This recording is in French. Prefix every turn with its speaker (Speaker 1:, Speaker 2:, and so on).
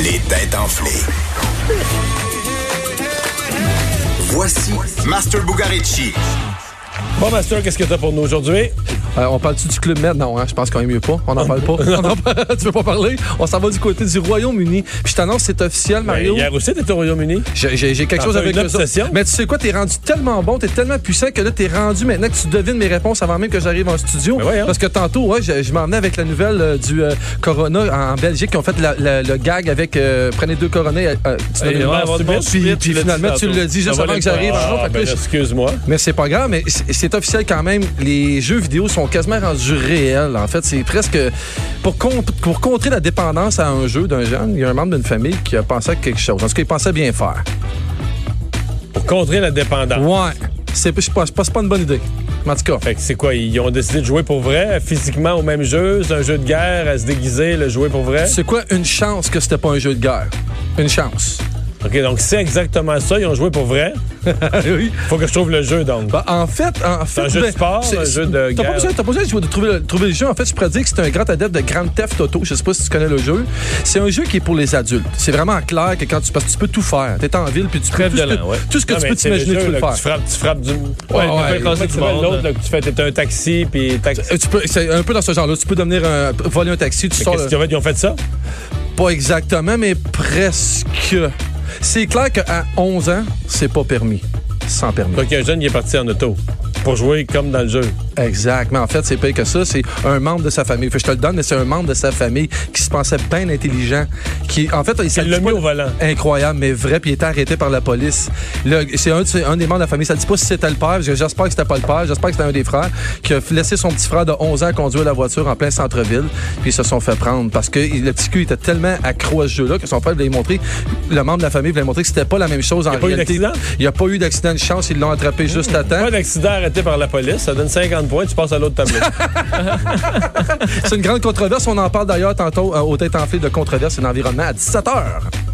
Speaker 1: Les têtes enflées. Voici Master Bugarici.
Speaker 2: Bon, Master, qu'est-ce que t'as pour nous aujourd'hui?
Speaker 3: Euh, on parle-tu du club Med? Non, hein, je pense quand même mieux pas. On n'en parle pas. On en parle- tu veux pas parler? On s'en va du côté du Royaume-Uni. Puis je t'annonce, c'est officiel, Mario.
Speaker 2: Ben, Hier aussi, t'étais au Royaume-Uni.
Speaker 3: J'ai- J'ai j'ai quelque
Speaker 2: T'as
Speaker 3: chose
Speaker 2: fait
Speaker 3: avec
Speaker 2: une
Speaker 3: eux autres.
Speaker 2: obsession?
Speaker 3: Mais tu sais quoi, t'es rendu tellement bon, t'es tellement puissant que là, t'es rendu maintenant que tu devines mes réponses avant même que j'arrive en studio.
Speaker 2: Ben voyons.
Speaker 3: Parce que tantôt, ouais, je, je m'en venais avec la nouvelle euh, du euh, Corona en, en Belgique qui ont fait la- la- le gag avec euh, prenez deux Corona. euh, euh, tu
Speaker 2: Et
Speaker 3: donnes une
Speaker 2: ouais,
Speaker 3: marche
Speaker 2: votre
Speaker 3: subite,
Speaker 2: marche
Speaker 3: puis-
Speaker 2: subite,
Speaker 3: puis
Speaker 2: l'as dit
Speaker 3: finalement, tu
Speaker 2: tantôt.
Speaker 3: l'as dit juste
Speaker 2: Ça va
Speaker 3: avant
Speaker 2: les
Speaker 3: que j'arrive.
Speaker 2: poires.
Speaker 3: Ah,
Speaker 2: Ah,
Speaker 3: fait que
Speaker 2: ben,
Speaker 3: là, je-
Speaker 2: excuse-moi.
Speaker 3: Mais c'est pas grave, mais c'est c'est officiel quand même. Les jeux vidéo sont quasiment rendus réels. En fait, c'est presque. Pour, con- pour contrer la dépendance à un jeu d'un jeune, il y a un membre d'une famille qui a pensé à quelque chose. En tout cas, il pensait bien faire.
Speaker 2: Pour contrer la dépendance.
Speaker 3: Ouais. C'est je pense je pense pas une bonne idée. Mais En tout cas.
Speaker 2: Fait que c'est quoi? Ils ont décidé de jouer pour vrai, physiquement au même jeu. C'est un jeu de guerre, à se déguiser, le jouer pour vrai.
Speaker 3: C'est quoi une chance que c'était pas un jeu de guerre? Une chance.
Speaker 2: OK, donc c'est exactement ça. Ils ont joué pour vrai.
Speaker 3: oui.
Speaker 2: Faut que je trouve le jeu, donc.
Speaker 3: Ben, en fait, en fait.
Speaker 2: un jeu de
Speaker 3: ben,
Speaker 2: sport,
Speaker 3: c'est-
Speaker 2: un jeu de
Speaker 3: T'as pas
Speaker 2: guerre.
Speaker 3: besoin, t'as pas besoin de jouer- de trouver le, trouver le jeu. En fait, je pourrais dire que c'est un grand adepte de Grand Theft Auto. Je sais pas si tu connais le jeu. C'est un jeu qui est pour les adultes. C'est vraiment clair que quand tu parce que tu peux tout faire. T'es en ville puis tu peux
Speaker 4: Très
Speaker 3: tout ce que-
Speaker 4: violent, ouais.
Speaker 3: tout ce que
Speaker 2: Non,
Speaker 3: tu
Speaker 2: mais
Speaker 3: peux
Speaker 2: c'est le
Speaker 3: t'imaginer tu
Speaker 2: jeu,
Speaker 3: peux le
Speaker 2: là, que
Speaker 3: faire.
Speaker 2: Tu frappes, tu frappes du.
Speaker 3: Ouais,
Speaker 4: tu peux
Speaker 3: ouais.
Speaker 4: faire
Speaker 2: Comment
Speaker 4: casser
Speaker 2: tu
Speaker 4: du
Speaker 2: fais
Speaker 4: monde.
Speaker 2: l'autre, là, que tu fais, t'es un taxi, puis taxi.
Speaker 3: Euh, tu peux- c'est un peu dans ce genre-là. Tu peux devenir un, voler un taxi, tu
Speaker 2: Mais
Speaker 3: sors.
Speaker 2: Qu'est-ce qu'ils
Speaker 3: le-
Speaker 2: ont fait? Ils ont fait ça?
Speaker 3: Pas exactement, mais presque. C'est clair qu'à 11 ans, c'est pas permis. Sans permis.
Speaker 2: Donc, il y a un jeune qui est parti en auto pour jouer comme dans le jeu.
Speaker 3: Exact. Mais en fait, c'est pas que ça. C'est un membre de sa famille. Fait que je te le donne, mais c'est un membre de sa famille qui se pensait bien intelligent. Qui, en fait, il ça
Speaker 2: Il
Speaker 3: le
Speaker 2: l'a
Speaker 3: dit
Speaker 2: mis
Speaker 3: pas-
Speaker 2: au volant.
Speaker 3: Incroyable, mais vrai. Puis il était arrêté par la police. Là, C'est un, de ses- un des membres de la famille. Ça dit pas si c'était le père. J'espère que c'était pas le père. J'espère que c'était un des frères qui a laissé son petit frère de 11 ans conduire la voiture en plein centre-ville. Puis ils se sont fait prendre parce que il- le petit cul était tellement accro à ce jeu-là que son frère voulait lui montrer. Le membre de la famille voulait montrer que c'était pas la même chose en
Speaker 2: a pas eu
Speaker 3: réalité.
Speaker 2: d'accident?
Speaker 3: Il n'y a pas eu d'accident de chance. Ils l'ont attrapé juste à temps.
Speaker 2: Pas d'accident arrêté par la police, ça donne 50 points, tu passes à l'autre tableau.
Speaker 3: C'est une grande controverse. On en parle d'ailleurs tantôt euh, au Tête Enflée de controverse et d'environnement à 17h.